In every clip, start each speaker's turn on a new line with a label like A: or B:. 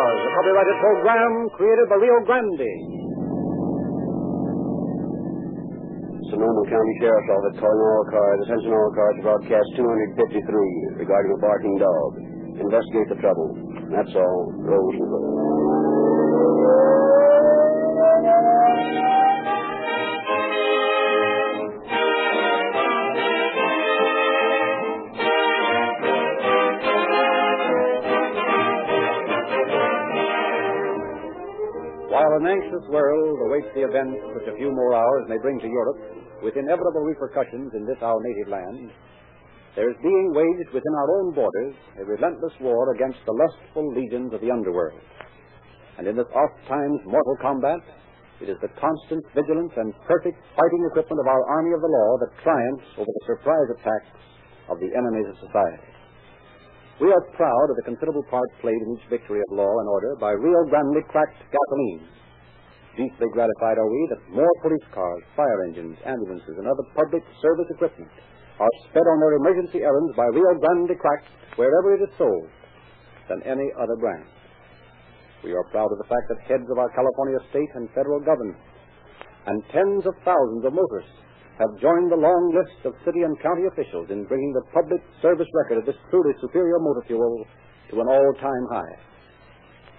A: copyrighted program created by Rio Grande.
B: Sonoma County Sheriff's Office calling all cars, attention all cars, broadcast 253 regarding a barking dog. Investigate the trouble. That's all. Rose and Rose.
A: While an anxious world awaits the events which a few more hours may bring to Europe, with inevitable repercussions in this our native land, there is being waged within our own borders a relentless war against the lustful legions of the underworld. And in this oft times mortal combat, it is the constant vigilance and perfect fighting equipment of our army of the law that triumphs over the surprise attacks of the enemies of society. We are proud of the considerable part played in each victory of law and order by Rio Grande cracked gasoline. Deeply gratified are we that more police cars, fire engines, ambulances, and other public service equipment are sped on their emergency errands by Rio Grande cracked wherever it is sold than any other brand. We are proud of the fact that heads of our California state and federal governments and tens of thousands of motorists have joined the long list of city and county officials in bringing the public service record of this truly superior motor fuel to an all-time high.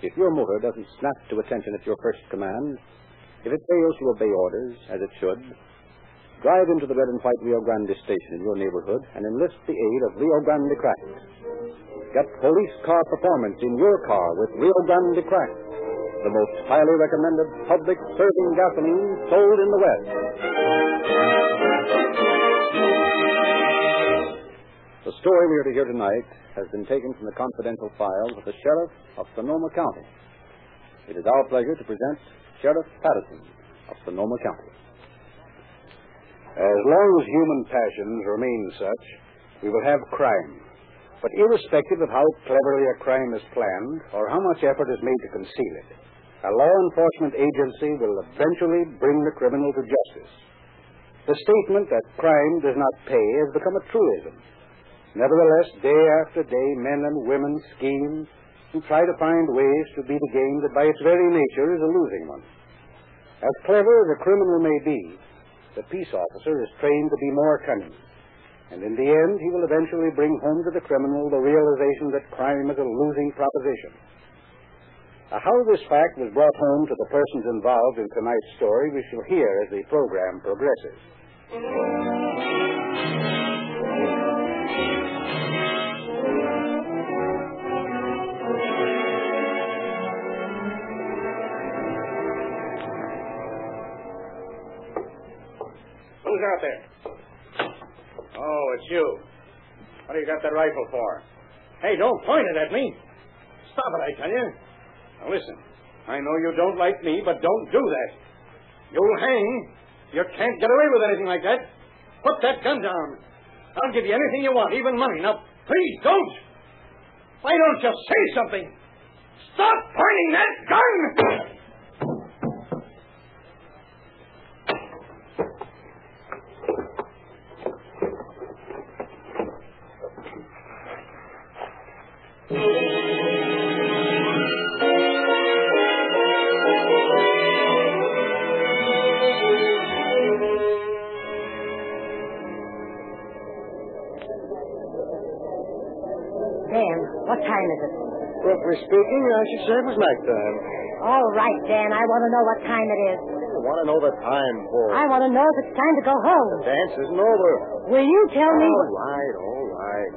A: If your motor doesn't snap to attention at your first command, if it fails to obey orders, as it should, drive into the red and white Rio Grande station in your neighborhood and enlist the aid of Rio Grande Crack. Get police car performance in your car with Rio Grande Crack, the most highly recommended public serving gasoline sold in the West. The story we are to hear tonight has been taken from the confidential files of the Sheriff of Sonoma County. It is our pleasure to present Sheriff Patterson of Sonoma County.
C: As long as human passions remain such, we will have crime. But irrespective of how cleverly a crime is planned or how much effort is made to conceal it, a law enforcement agency will eventually bring the criminal to justice. The statement that crime does not pay has become a truism. Nevertheless, day after day, men and women scheme and try to find ways to beat a game that by its very nature is a losing one. As clever as a criminal may be, the peace officer is trained to be more cunning. And in the end, he will eventually bring home to the criminal the realization that crime is a losing proposition. Now, how this fact was brought home to the persons involved in tonight's story, we shall hear as the program progresses.
D: Who's out there? Oh, it's you. What do you got that rifle for? Hey, don't point it at me. Stop it, I tell you. Now listen, I know you don't like me, but don't do that. You'll hang. You can't get away with anything like that. Put that gun down. I'll give you anything you want, even money. Now, please don't. Why don't you say something? Stop pointing that gun!
E: Dan, what time is it?
B: Roughly speaking, I should say it was night time.
E: All right, Dan, I want to know what time it is.
B: I want to know the time for
E: I want to know if it's time to go home.
B: Dance isn't over.
E: Will you tell me?
B: All right, all right.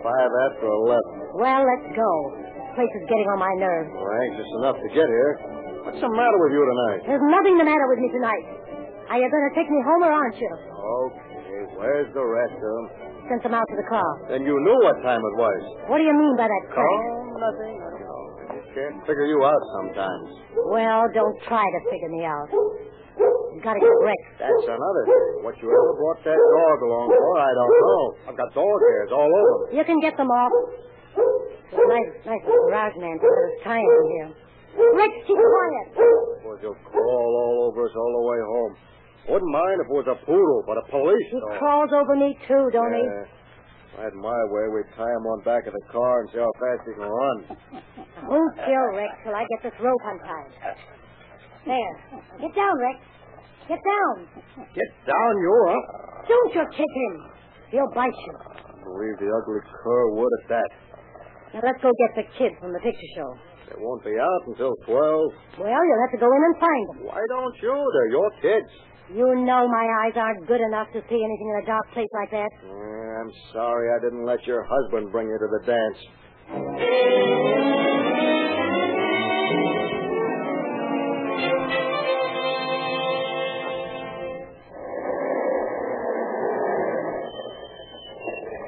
B: Five after eleven.
E: Well, let's go. This place is getting on my nerves.
B: Well, anxious enough to get here. What's the matter with you tonight?
E: There's nothing the matter with me tonight. Are you going to take me home or aren't you?
B: Okay, where's the rest of 'em?
E: Since I'm out to the car.
B: Then you knew what time it was.
E: What do you mean by that, Craig?
B: nothing. nothing. I just can't figure you out sometimes.
E: Well, don't try to figure me out. You gotta get wrecked.
B: That's another thing. What you ever brought that dog along for, I don't know. I've got dog hairs all over me.
E: You can get them off. It's nice, nice of the garage man to put his time in here. Rex, keep quiet.
B: Suppose you'll crawl all over us all the way home. Wouldn't mind if it was a poodle, but a police
E: He
B: dog.
E: crawls over me too, don't
B: Yeah.
F: If I had my way, we'd tie him on back of the car and see how fast he can run.
E: Hold still, Rex, till I get this rope untied. There. Get down, Rex. Get down.
F: Get down, you up.
E: Don't you kick him. He'll bite you.
F: I believe the ugly cur would at that.
E: Now let's go get the kid from the picture show.
F: They won't be out until 12.
E: Well, you'll have to go in and find him.
F: Why don't you? They're your kids.
E: You know my eyes aren't good enough to see anything in a dark place like that.
F: Yeah, I'm sorry I didn't let your husband bring you to the dance.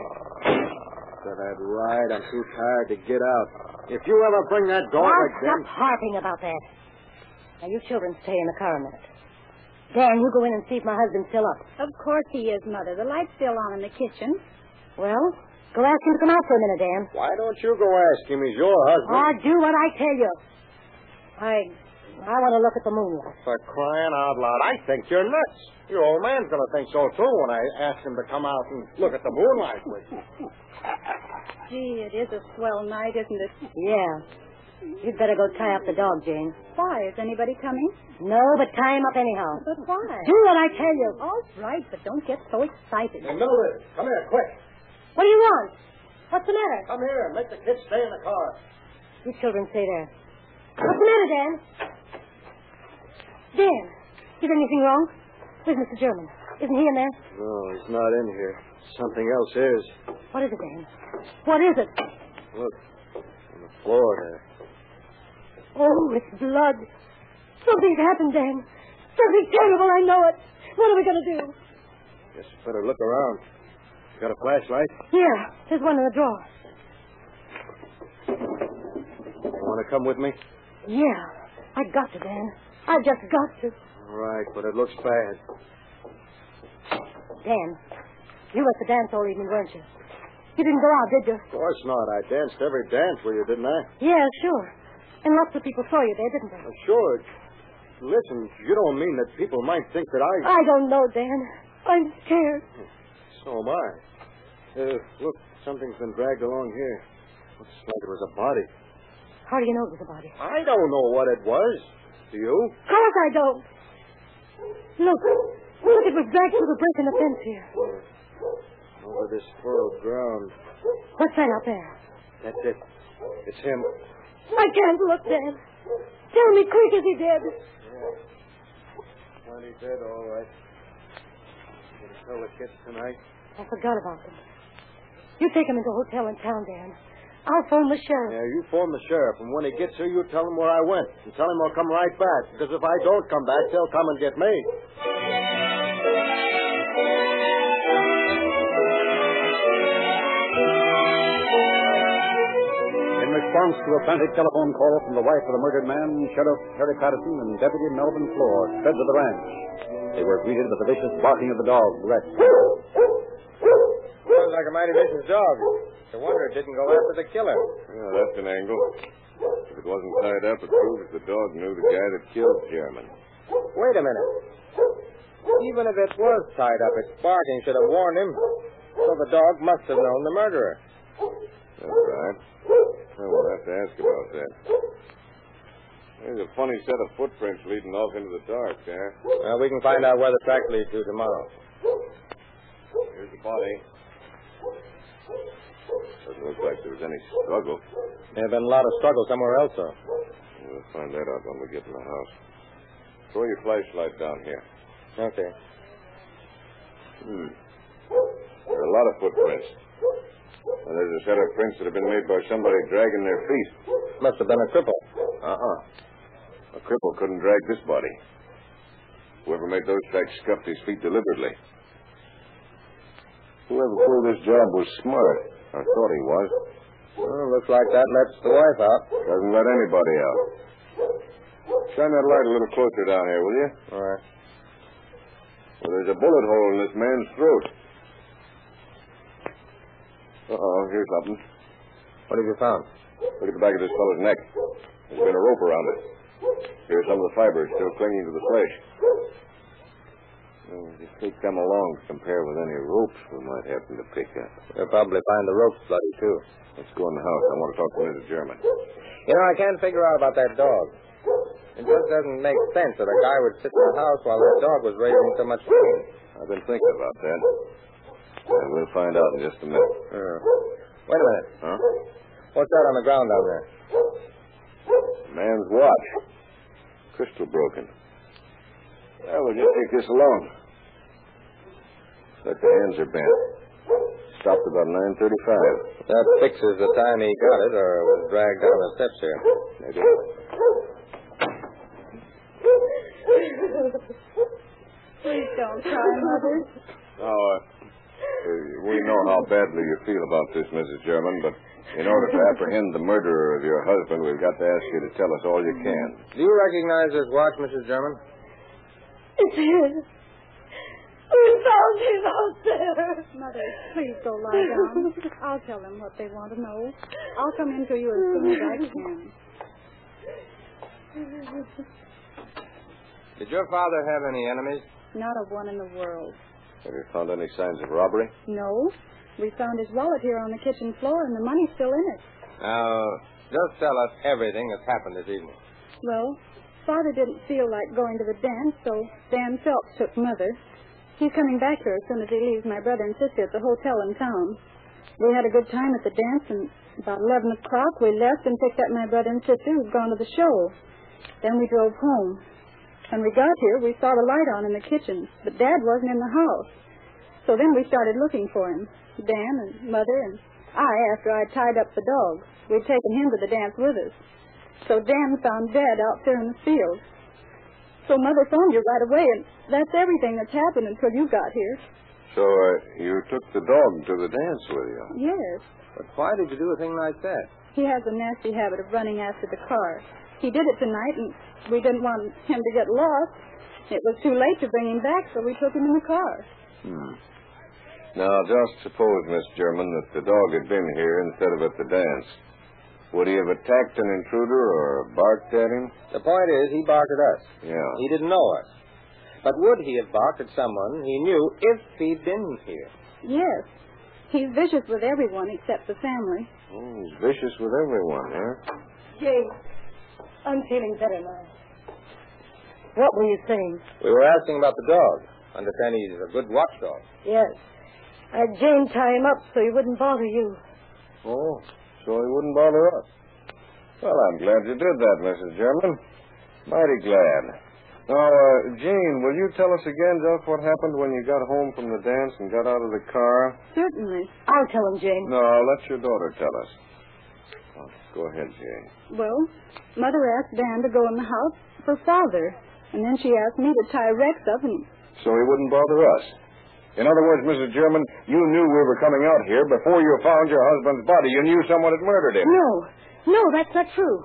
F: Said I'd ride. I'm too tired to get out. If you ever bring that
E: Now,
F: gauntlet
E: stop
F: again,
E: harping about that. Now, you children stay in the car a minute. Dan, you go in and see if my husband's still up.
G: Of course he is, Mother. The light's still on in the kitchen.
E: Well, go ask him to come out for a minute, Dan.
F: why don't you go ask him? He's your husband.
E: I'll do what I tell you. I, I want to look at the moonlight.
F: For crying out loud, I think you're nuts. Your old man's going to think so, too, when I ask him to come out and look at the moonlight with you.
G: Gee, it is a swell night, isn't it?
E: Yeah. You'd better go tie up the dog, Jane.
G: Why? Is anybody coming?
E: No, but tie him up anyhow.
G: But why?
E: Do what I tell you.
G: All right, but don't get so excited.
F: Hey, Mildred, come here, quick.
E: What do you want? What's the matter?
F: Come here and make the kids stay in the car.
E: You children stay there. What's the matter, Dan? Dan, is anything wrong? Where's Mr. German? Isn't he in there?
F: No, he's not in here. Something else is.
E: What is it, Dan? What is it?
F: Look, on the floor there.
E: Oh, it's blood. Something's happened, Dan. Something terrible, I know it. What are we going to do?
F: Guess you better look around. You got a flashlight?
E: Here, there's one in the drawer.
F: You want to come with me?
E: Yeah, I got to, Dan. I've just got to.
F: All right, but it looks bad.
E: Dan, you were at the dance all evening, weren't you? You didn't go out, did you?
F: Of course not. I danced every dance with you, didn't I?
E: Yeah, sure. And lots of people saw you there, didn't they?
F: Well, sure. Listen, you don't mean that people might think that I...
E: I don't know, Dan. I'm scared.
F: So am I. Uh, look, something's been dragged along here. Looks like it was a body.
E: How do you know it was a body?
F: I don't know what it was. Do you?
E: Of course I don't. Look. Look, it was dragged through the break in the fence here.
F: Over this furrowed ground.
E: What's that out there?
F: That's it. It's him.
E: I can't look, Dan. Tell me quick, is he dead?
F: Well, he dead, all right. Gonna tell the kids tonight.
E: I forgot about them. You take him into a hotel in town, Dan. I'll phone the sheriff.
F: Yeah, you phone the sheriff, and when he gets here, you tell him where I went. And tell him I'll come right back. Because if I don't come back, they'll come and get me.
A: In response to a frantic telephone call from the wife of the murdered man, Sheriff Harry Patterson and Deputy Melvin Floor sped to the ranch. They were greeted by the vicious barking of the dog, Rex.
F: Sounds like a mighty vicious dog. No wonder it didn't go after the killer.
H: Yeah, that's an angle. If it wasn't tied up, it proves the dog knew the guy that killed Sherman.
F: Wait a minute. Even if it was tied up, its barking should have warned him. So the dog must have known the murderer.
H: That's right. Well, we'll have to ask about that. There's a funny set of footprints leading off into the dark there.
F: Well, we can find out where the track leads to tomorrow.
H: Here's the body. Doesn't look like there was any struggle.
F: There have been a lot of struggle somewhere else, though.
H: We'll find that out when we get in the house. Throw your flashlight down here.
F: Okay.
H: Hmm. There are a lot of footprints. And there's a set of prints that have been made by somebody dragging their feet.
F: Must have been a cripple.
H: Uh-uh. Uh-huh. A cripple couldn't drag this body. Whoever made those tracks scuffed his feet deliberately. Whoever pulled this job was smart. I thought he was.
F: Well, looks like that lets the wife out.
H: Doesn't let anybody out. Shine that light a little closer down here, will you?
F: All right.
H: Well, there's a bullet hole in this man's throat. Uh-oh, here's something.
F: What have you found?
H: Look at the back of this fellow's neck. There's been a rope around it. Here's some of the fibers still clinging to the flesh. Well, just take them along to compare with any ropes we might happen to pick up.
F: They'll probably find the ropes bloody, too.
H: Let's go in the house. I want to talk to Mrs. German.
F: You know, I can't figure out about that dog. It just doesn't make sense that a guy would sit in the house while his dog was raising so much pain.
H: I've been thinking about that. And we'll find out in just a minute.
F: Uh, wait a minute.
H: Huh?
F: What's that on the ground down there?
H: Man's watch. Crystal broken. Well, we'll just take this along. But the ends are bent. Stopped about 9.35.
F: That fixes the time he got it or was dragged down the steps here.
H: Maybe.
G: Please don't cry, Mother.
H: Oh, uh, uh, we know how badly you feel about this, Mrs. German, but in order to apprehend the murderer of your husband, we've got to ask you to tell us all you can.
F: Do you recognize this watch, Mrs. German?
E: It's his. We found him out there.
G: Mother, please go lie down. I'll tell them what they want to know. I'll come in to you as soon as I can.
F: Did your father have any enemies?
G: Not a one in the world.
H: Have you found any signs of robbery?
G: No. We found his wallet here on the kitchen floor, and the money's still in it.
F: Now, just tell us everything that's happened this evening.
G: Well, Father didn't feel like going to the dance, so Dan Phelps took Mother. He's coming back here as soon as he leaves my brother and sister at the hotel in town. We had a good time at the dance, and about 11 o'clock we left and picked up my brother and sister who'd gone to the show. Then we drove home. When we got here, we saw the light on in the kitchen, but Dad wasn't in the house. So then we started looking for him. Dan and Mother and I, after I tied up the dog. We'd taken him to the dance with us. So Dan found Dad out there in the field. So Mother phoned you right away, and that's everything that's happened until you got here.
H: So, uh, you took the dog to the dance with you.
G: Yes.
F: But why did you do a thing like that?
G: He has a nasty habit of running after the car. He did it tonight, and we didn't want him to get lost. It was too late to bring him back, so we took him in the car.
H: Hmm. Now, just suppose, Miss German, that the dog had been here instead of at the dance. Would he have attacked an intruder or barked at him?
F: The point is, he barked at us.
H: Yeah.
F: He didn't know us. But would he have barked at someone he knew if he'd been here?
G: Yes. He's vicious with everyone except the family.
H: Oh, he's vicious with everyone, huh?
E: Jane, I'm feeling better now. What were you saying?
F: We were asking about the dog. Understand he's a good watchdog.
E: Yes. I had Jane tie him up so he wouldn't bother you.
H: Oh, so he wouldn't bother us. Well, I'm glad you did that, Mrs. German. Mighty glad. Now, uh, Jane, will you tell us again just what happened when you got home from the dance and got out of the car?
G: Certainly.
E: I'll tell him, Jane.
H: No, let your daughter tell us. Oh, go ahead, Jane.
G: Well, Mother asked Dan to go in the house for Father, and then she asked me to tie Rex up, and
H: So he wouldn't bother us. In other words, Mrs. German, you knew we were coming out here before you found your husband's body. You knew someone had murdered him.
E: No, no, that's not true.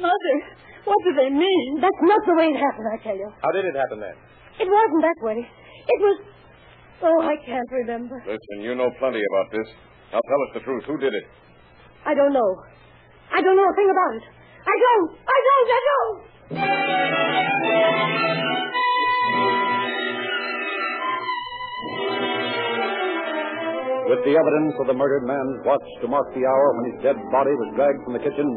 E: Mother, what do they mean? That's not the way it happened, I tell you.
F: How did it happen then?
E: It wasn't that way. It was. Oh, I can't remember.
H: Listen, you know plenty about this. Now tell us the truth. Who did it?
E: I don't know. I don't know a thing about it. I don't. I don't. I don't.
A: With the evidence of the murdered man's watch to mark the hour when his dead body was dragged from the kitchen,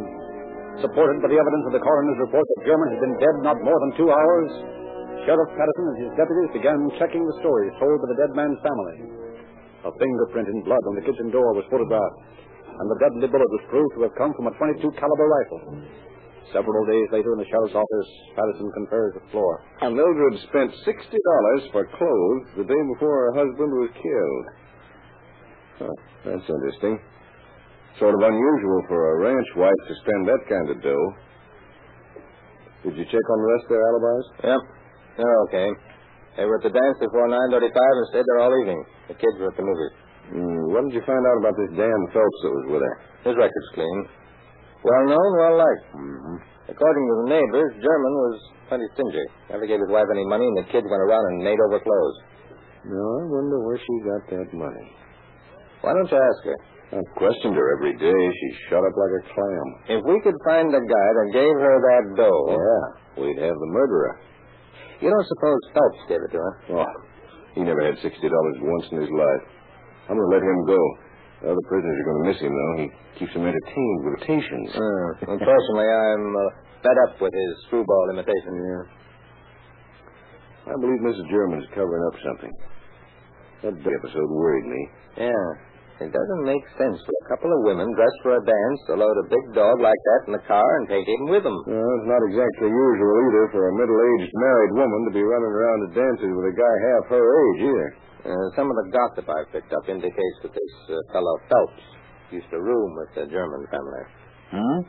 A: supported by the evidence of the coroner's report that German had been dead not more than two hours, Sheriff Patterson and his deputies began checking the stories told by the dead man's family. A fingerprint in blood on the kitchen door was photographed, and the deadly bullet was proved to have come from a 22 caliber rifle. Several days later in the sheriff's office, Patterson confers with Flora.
H: And Mildred spent sixty dollars for clothes the day before her husband was killed. Huh, that's interesting. Sort of unusual for a ranch wife to spend that kind of dough. Did you check on the rest of their alibis?
F: Yep. They're Oh, okay. They were at the dance before 9.35 and stayed there all evening. The kids were at the movies.
H: Hmm, what did you find out about this Dan Phelps that was with her?
F: His record's clean. Well known, well liked.
H: Mm-hmm.
F: According to the neighbors, German was plenty stingy. Never gave his wife any money, and the kids went around and made over clothes.
H: Now I wonder where she got that money.
F: Why don't you ask her?
H: I questioned her every day. She shut up like a clam.
F: If we could find the guy that gave her that dough,
H: Yeah, we'd have the murderer.
F: You don't suppose Phelps gave it to him?
H: Oh, he never had $60 once in his life. I'm going to let him go. The other prisoners are going to miss him, though. He keeps them entertained with rotations.
F: Hmm. Well, personally, I'm uh, fed up with his screwball imitation.
H: I believe Mrs. German's covering up something. That d- episode worried me.
F: Yeah. It doesn't make sense for a couple of women dressed for a dance to load a big dog like that in the car and take him with them.
H: No, it's not exactly usual either for a middle-aged married woman to be running around to dances with a guy half her age either.
F: Uh, some of the gossip I picked up indicates that this uh, fellow Phelps used to room with the German family.
H: Hmm?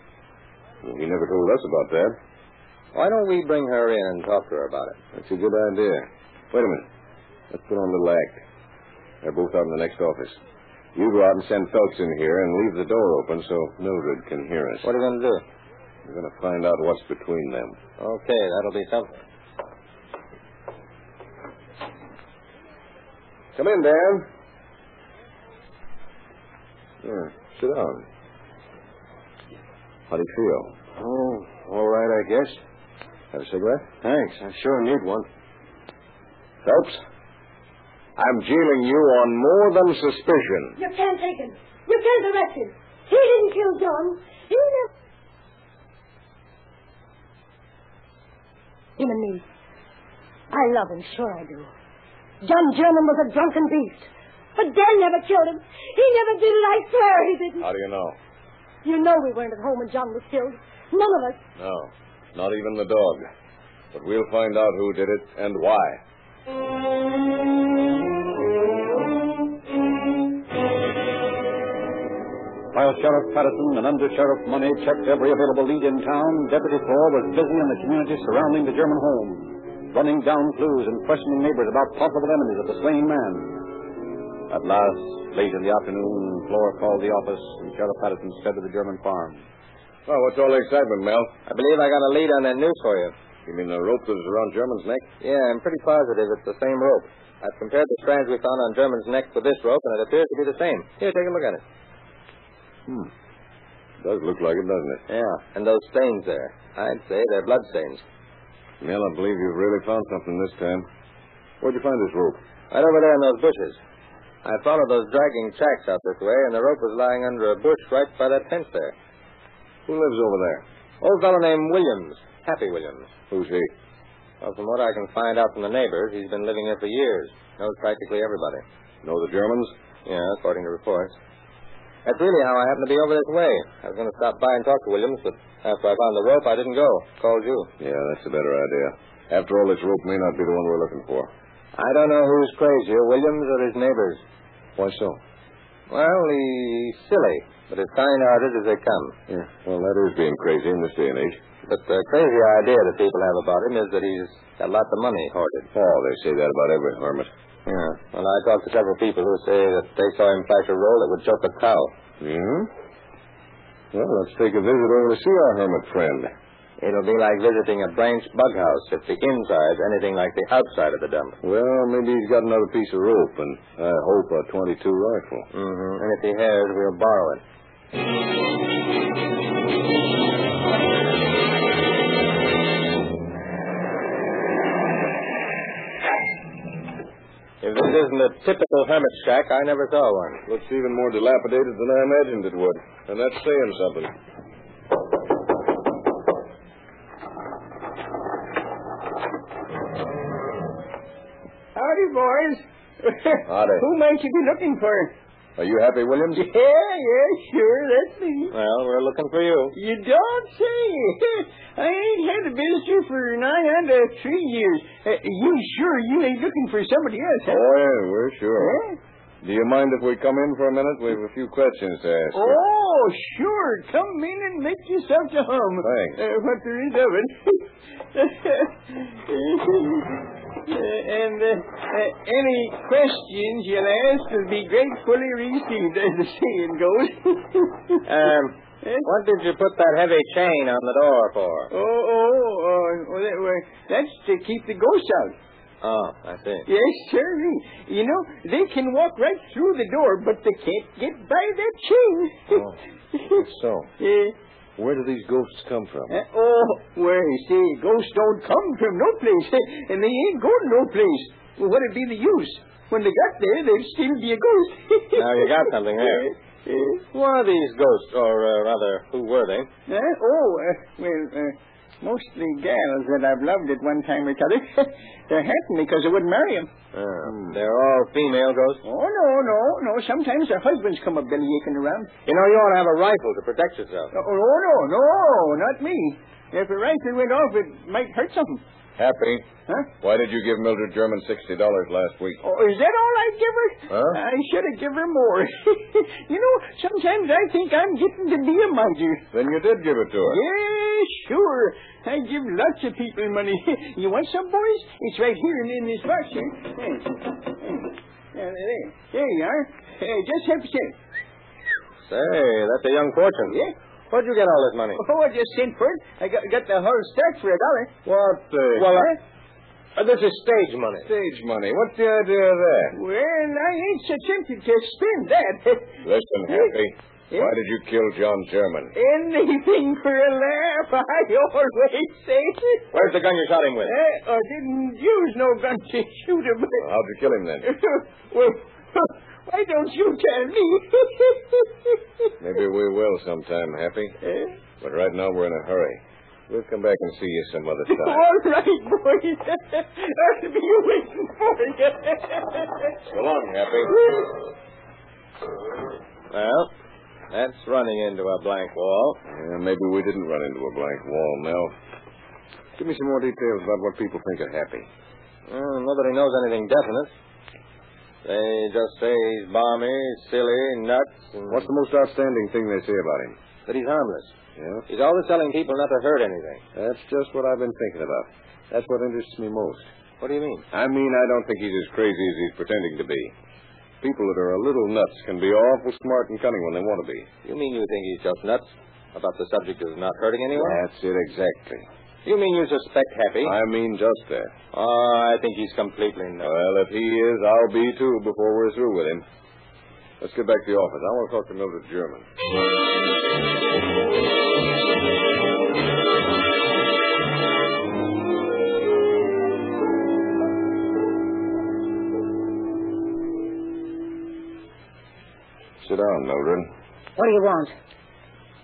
H: Well, he never told us about that.
F: Why don't we bring her in and talk to her about it?
H: That's a good idea. Wait a minute. Let's put on a little act. They're both out in the next office. You go out and send Phelps in here and leave the door open so Mildred can hear us.
F: What are you going to do?
H: We're going to find out what's between them.
F: Okay, that'll be something.
H: Come in, Dan. Yeah, sit down. How do you feel?
B: Oh, all right, I guess.
H: Have a cigarette?
B: Thanks. I sure need one. Phelps, I'm jailing you on more than suspicion.
E: You can't take him. You can't arrest him. He didn't kill John. He never... Him and me. I love him, sure I do. John German was a drunken beast. But Dan never killed him. He never did it, I swear he didn't.
H: How do you know?
E: You know we weren't at home when John was killed. None of us.
H: No, not even the dog. But we'll find out who did it and why.
A: While Sheriff Patterson and Under Sheriff Money checked every available lead in town, Deputy Four was busy in the community surrounding the German home, running down clues and questioning neighbors about possible enemies of the slain man. At last, late in the afternoon, Flora called the office, and Sheriff Patterson sped to the German farm.
H: Well, what's all the excitement, Mel?
F: I believe I got a lead on that news for you.
H: You mean the rope that was around German's neck?
F: Yeah, I'm pretty positive it's the same rope. I've compared the strands we found on German's neck with this rope, and it appears to be the same. Here, take a look at it.
H: Does look like it, doesn't it?
F: Yeah, and those stains there. I'd say they're blood stains.
H: Mel, I believe you've really found something this time. Where'd you find this rope?
F: Right over there in those bushes. I followed those dragging tracks out this way, and the rope was lying under a bush right by that fence there.
H: Who lives over there?
F: Old fellow named Williams, Happy Williams.
H: Who's he?
F: Well, from what I can find out from the neighbors, he's been living here for years. Knows practically everybody.
H: Know the Germans?
F: Yeah, according to reports. That's really how I happened to be over this way. I was going to stop by and talk to Williams, but after I found the rope, I didn't go. Called you.
H: Yeah, that's a better idea. After all, this rope may not be the one we're looking for.
F: I don't know who's crazier, Williams or his neighbors.
H: Why so?
F: Well, he's silly, but as kind-hearted as they come.
H: Yeah. Well, that is being crazy in this day and age.
F: But the crazy idea that people have about him is that he's got lots of money hoarded.
H: Oh, they say that about every hermit.
F: Yeah. Well, I talked to several people who say that they saw him flash a roll that would choke a cow.
H: Hmm? Well, let's take a visit over to see our hermit friend.
F: It'll be like visiting a branch bug house if the inside's anything like the outside of the dump.
H: Well, maybe he's got another piece of rope, and I hope a 22 rifle.
F: Mm-hmm. And if he has, we'll borrow it. If this isn't a typical hermit shack, I never saw one.
H: Looks even more dilapidated than I imagined it would. And that's saying something.
I: Howdy, boys.
H: Howdy.
I: Who might you be looking for?
H: Are you happy, Williams?
I: Yeah, yeah, sure, that's me.
F: Well, we're looking for you.
I: You don't say. I ain't had a visitor for nigh on to three years. Uh, you sure you ain't looking for somebody else,
H: Oh,
I: huh?
H: yeah, we're sure.
I: Huh?
H: Do you mind if we come in for a minute? We have a few questions to ask. you.
I: Oh, sure. Come in and make yourself to home.
H: Thanks.
I: Uh, what there is of it. Uh, and uh, uh, any questions you'll ask will be gratefully received, as the saying goes.
F: Um,
I: Eh?
F: what did you put that heavy chain on the door for?
I: Oh, oh, oh, well, that, well, that's to keep the ghosts out.
F: Oh, I see.
I: Yes, sir. You know, they can walk right through the door, but they can't get by that chain.
H: Oh. So,
I: Eh,
H: Where do these ghosts come from?
I: Uh, oh, well, see, ghosts don't come from no place, Eh? and they ain't going no place. What'd be the use? When they got there, they'd still be a ghost.
F: Now, you got something there.
I: Uh,
F: Who are these ghosts, or uh, rather, who were they?
I: Uh, oh, uh, well, uh, mostly gals that I've loved at one time or t'other. They're hurting me 'cause I wouldn't marry 'em.
H: Uh,
F: Ah, They're all female ghosts.
I: Oh, no, no, no. Sometimes their husbands come a belly aching around.
F: You know, you ought to have a rifle to protect yourself.
I: Oh, oh, no, no, not me. If a rifle went off, it might hurt something.
H: Happy.
I: Huh?
H: Why did you give Mildred German $60 last week?
I: Oh, is that all I give her?
H: Huh?
I: I should have give her more. you know, sometimes I think I'm getting to be a miser.
H: Then you did give it to her.
I: Yeah, sure. I give lots of people money. You want some, boys? It's right here in, in this box here. Hey. Hey. Yeah, there. There you are. Hey, just help yourself.
F: Say, that's a young fortune.
I: Yeah.
F: Where'd you get all this money?
I: Oh, I just sent for it. I got, got the whole stack for a dollar.
H: What the...
F: Well, uh, this is stage money.
H: Stage money. What's the idea of that?
I: Well, I ain't so tempted to spend that.
H: Listen, Happy.
I: Yeah.
H: Why did you kill John German?
I: Anything for a laugh, I always say.
F: Where's the gun you shot him with?
I: Eh, I didn't use no gun to shoot him.
H: Well, how'd you kill him then?
I: well, why don't you tell me?
H: Maybe we will sometime, Happy.
I: Eh?
H: But right now we're in a hurry. We'll come back and see you some other time.
I: All right, boys. I'll be waiting for you.
H: so long, Happy.
F: Well, that's running into a blank wall.
H: Yeah, maybe we didn't run into a blank wall, Mel. Give me some more details about what people think of Happy.
F: Well, nobody knows anything definite. They just say he's balmy, silly, nuts, and
H: What's the most outstanding thing they say about him?
F: that he's harmless.
H: Yeah?
F: He's always telling people not to hurt anything.
H: That's just what I've been thinking about. That's what interests me most.
F: What do you mean?
H: I mean, I don't think he's as crazy as he's pretending to be. People that are a little nuts can be awful smart and cunning when they want to be.
F: You mean you think he's just nuts about the subject of not hurting anyone?
H: That's it exactly.
F: You mean you suspect Happy?
H: I mean just that.
F: Oh, I think he's completely nuts.
H: Well, if he is, I'll be too before we're through with him. Let's get back to the office. I want to talk to Mildred German. Sit down, Mildred.
E: What do you want?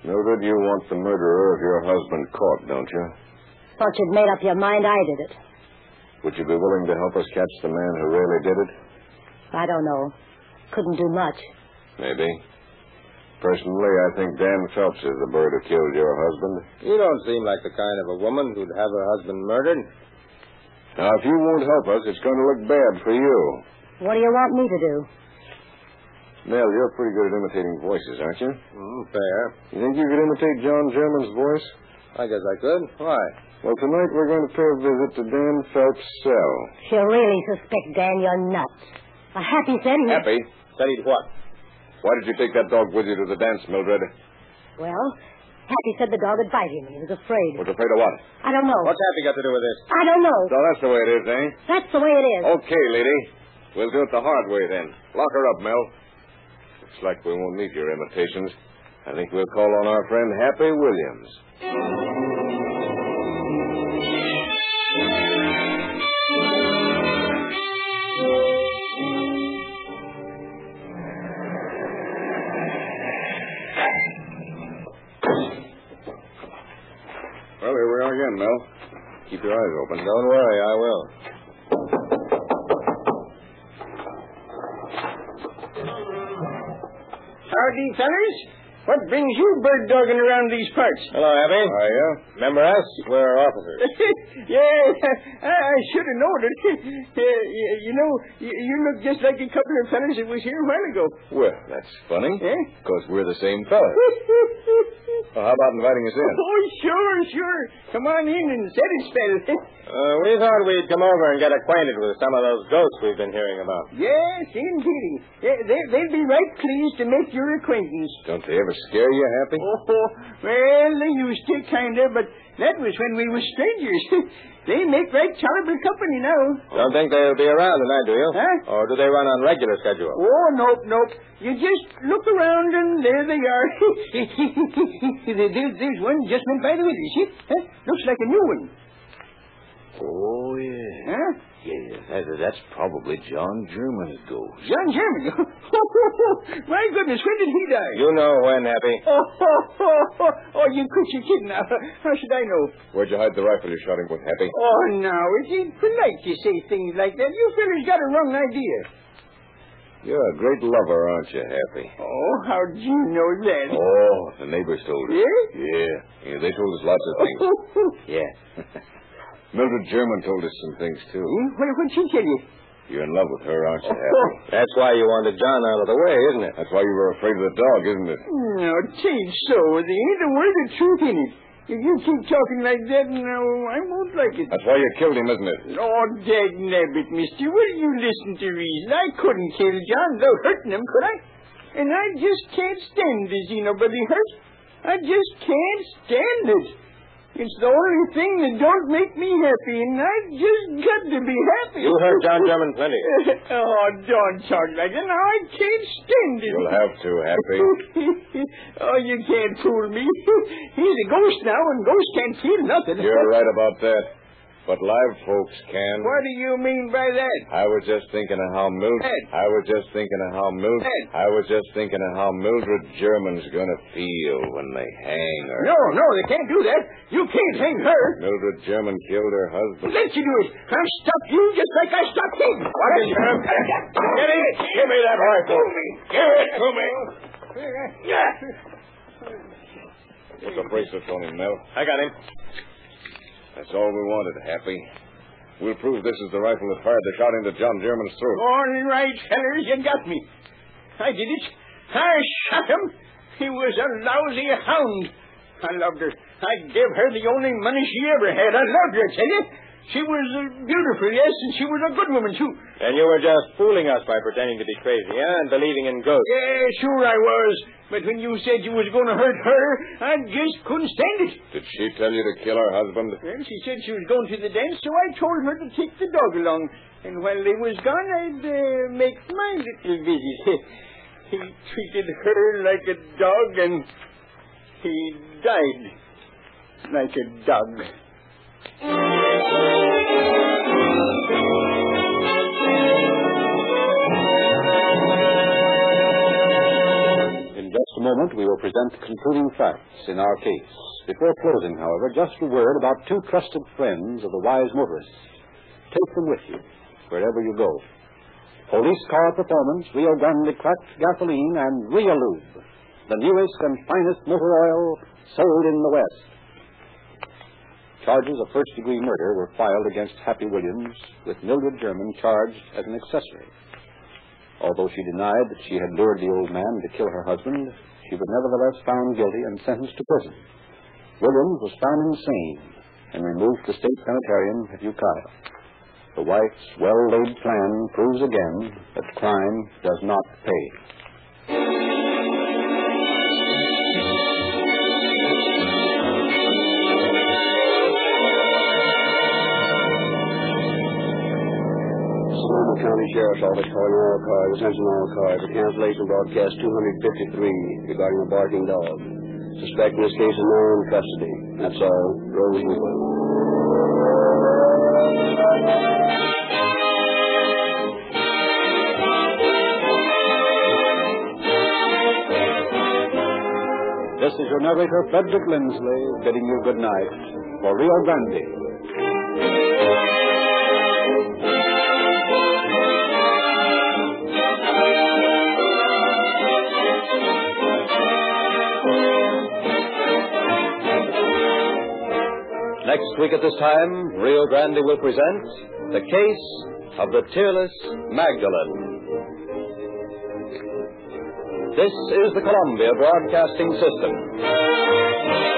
H: Mildred, you want the murderer of your husband caught, don't you?
E: Thought you'd made up your mind I did it.
H: Would you be willing to help us catch the man who really did it?
E: I don't know. Couldn't do much.
H: Maybe. Personally, I think Dan Phelps is the bird who killed your husband.
F: You don't seem like the kind of a woman who'd have her husband murdered.
H: Now, if you won't help us, it's going to look bad for you.
E: What do you want me to do?
H: Nell, you're pretty good at imitating voices, aren't you?
F: Mm, fair.
H: You think you could imitate John German's voice?
F: I guess I could. Why?
H: Well, tonight we're going to pay a visit to Dan Phelps' cell.
E: If you really suspect Dan, you're nuts. A happy said he...
H: Happy,
F: Said he'd what?
H: why did you take that dog with you to the dance, Mildred?
E: Well, Happy said the dog would bite him. He was afraid.
H: Was afraid of what?
E: I don't know.
F: Oh, What's Happy got to do with this?
E: I don't know.
H: So that's the way it is, eh?
E: That's the way it is.
H: Okay, lady. We'll do it the hard way then. Lock her up, Mel. Looks like we won't need your imitations. I think we'll call on our friend Happy Williams. Well, here we are again, Mel. Keep your eyes open. Don't worry, I will.
I: Howdy, fellas. What brings you bird dogging around these parts?
F: Hello, Happy.
H: Are you?
F: Remember us? We're officers.
I: yeah, I, I should have known it. Uh, you, you know, you, you look just like a couple of fellas that was here a while ago.
H: Well, that's funny.
I: Eh?
H: Because we're the same fellas. Well, how about inviting us in?
I: oh, sure, sure. Come on in and set it spell.
F: Uh, we thought we'd come over and get acquainted with some of those ghosts we've been hearing about.
I: yes, indeed. They, they, they'll be right pleased to make your acquaintance.
H: Don't they ever scare you happy?
I: Oh, well, they used to, kind of, but that was when we were strangers. they make right tolerable company now.
F: Don't think they'll be around tonight, do you?
I: Huh?
F: Or do they run on regular schedule?
I: Oh, nope, nope. You just look around, and there they are. There- there- there's one just went by the window, you see? Huh? Looks like a new one.
A: Oh, yeah.
I: Huh?
A: Yeah, that- that's probably John German that goes.
I: John German. My goodness, when did he die?
F: You know when, Happy.
I: Oh, oh, oh, oh, oh, you could you kidding now. How should I know?
H: Where'd you hide the rifle you shot him with, Happy?
I: Oh, now, it ain't polite to say things like that. You fellas got a wrong idea.
H: You're a great lover, aren't you, Happy?
I: Oh, how do you know that? eh?
H: Oh, the neighbors told us.
I: Yeah?
H: Yeah. Yeah, they told us lots of things.
A: Yeah.
H: Mildred German told us some things, too.
I: what, what'd she tell you?
H: You're in love with her, aren't you, Happy?
I: Oh,
F: That's why you wanted John out of the way, isn't it?
H: That's why you were afraid of the dog, isn't it?
I: no, tain't so. There ain't a word of truth in it. If you keep talking like that, no, I won't like it.
H: That's why you killed him, isn't it?
I: Oh, dag nabbit, mister, will you listen to reason? I couldn't kill John without hurting him, could I? And I just can't stand to see nobody hurt. I just can't stand it. It's the only thing that don't make me happy, and I just got to be happy.
F: You hurt John German plenty.
I: oh, don't talk like that. Now I can't stand it.
H: You'll have to, Happy.
I: oh, you can't fool me. He's a ghost now, and ghosts can't feel nothing.
H: You're right about that. But live folks can.
I: What do you mean by that?
H: I was just thinking of how Mildred.
I: Ed.
H: I was just thinking of how Mildred.
I: Ed.
H: I was just thinking of how Mildred German's gonna feel when they hang her.
I: No, no, they can't do that. You can't hang her.
H: Mildred German killed her husband.
I: Let you do it. I'll stop you just like I stopped him. What is your Get it. Give me that rifle. Give it to me.
H: Put the bracelets on him, Mel.
F: I got him.
H: That's all we wanted, Happy. We'll prove this is the rifle that fired the shot into John German's throat.
I: All right, fellers, you got me. I did it. I shot him. He was a lousy hound. I loved her. I gave her the only money she ever had. I loved her, I tell you. She was uh, beautiful, yes, and she was a good woman, too.
F: And you were just fooling us by pretending to be crazy, huh? And believing in ghosts.
I: Yeah, sure I was. But when you said you was going to hurt her, I just couldn't stand it.
H: Did she tell you to kill her husband?
I: Well, she said she was going to the dance, so I told her to take the dog along. And while they was gone, I'd uh, make my little visit. he treated her like a dog, and he died like a dog.
A: In just a moment, we will present the concluding facts in our case. Before closing, however, just a word about two trusted friends of the wise motorist. Take them with you, wherever you go. Police Car Performance, Rio Grande Cracked Gasoline, and Rio Lube, the newest and finest motor oil sold in the West. Charges of first degree murder were filed against Happy Williams, with Mildred German charged as an accessory. Although she denied that she had lured the old man to kill her husband, she was nevertheless found guilty and sentenced to prison. Williams was found insane and removed to state sanitarium at Ukiah. The wife's well laid plan proves again that crime does not pay. Sonoma County Sheriff's Office calling all cars, attention all cars, for cancellation broadcast 253 regarding a barking dog. Suspect in this case is now in custody. That's all. Rose Newell.
J: This is your narrator, Frederick Lindsley, bidding you good night for Rio Grande.
F: Next week at this time, Rio Grande will present the case of the tearless Magdalene. This is the Columbia Broadcasting System.